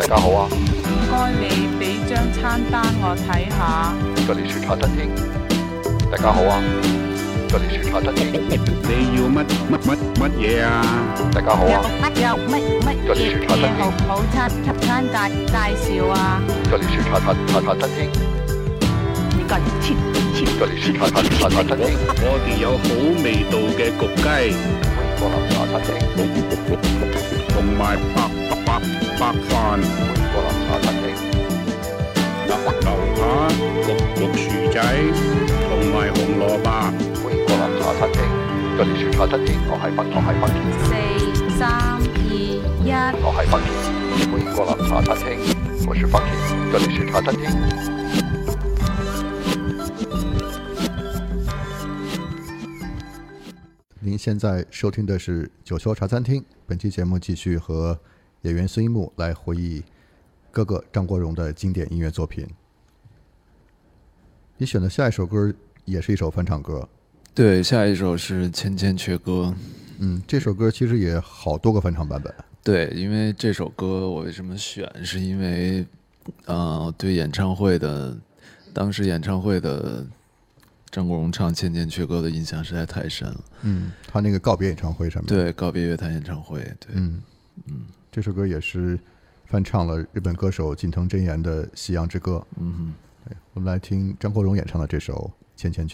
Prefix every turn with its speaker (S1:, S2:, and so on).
S1: 家好啊！
S2: 唔該你俾張餐單我睇下。
S1: 这里是茶餐厅。大家好啊！这里是茶餐厅。
S3: 你要乜乜乜乜嘢啊？
S1: 大家好
S2: 有
S1: 啊！
S2: 乜有乜乜
S1: 有啲
S2: 嘢
S1: 雪茶得
S2: 嘢
S1: 意
S2: 好好餐及餐介介紹啊？
S1: 这里是茶茶茶茶餐厅。
S2: 呢個切切
S1: 这里是茶茶茶茶餐厅。
S3: 我哋有好味道嘅焗雞，
S1: 欢迎光临茶餐厅。
S3: 同埋白白白白飯、
S1: 欢迎光临茶餐厅。
S3: 牛牛扒、焗焗薯仔，同埋紅蘿蔔。
S1: 欢迎光临茶餐厅。这里是茶餐厅，我系北，我系北田，
S2: 四三二一，
S1: 我系北田。欢迎光临茶餐厅，我是北田。这里是茶餐厅。
S4: 您现在收听的是九霄茶餐厅。本期节目继续和演员孙一木来回忆哥哥张国荣的经典音乐作品。你选的下一首歌也是一首翻唱歌，
S5: 对，下一首是《千千阙歌》。
S4: 嗯，这首歌其实也好多个翻唱版本。
S5: 对，因为这首歌我为什么选，是因为，呃，对演唱会的，当时演唱会的张国荣唱《千千阙歌》的印象实在太深了。
S4: 嗯，他那个告别演唱会上面，，
S5: 对，告别乐坛演唱会，对，
S4: 嗯嗯，这首歌也是翻唱了日本歌手近藤真彦的《夕阳之歌》。
S5: 嗯哼。
S4: 我们来听张国荣演唱的这首《千千阙》。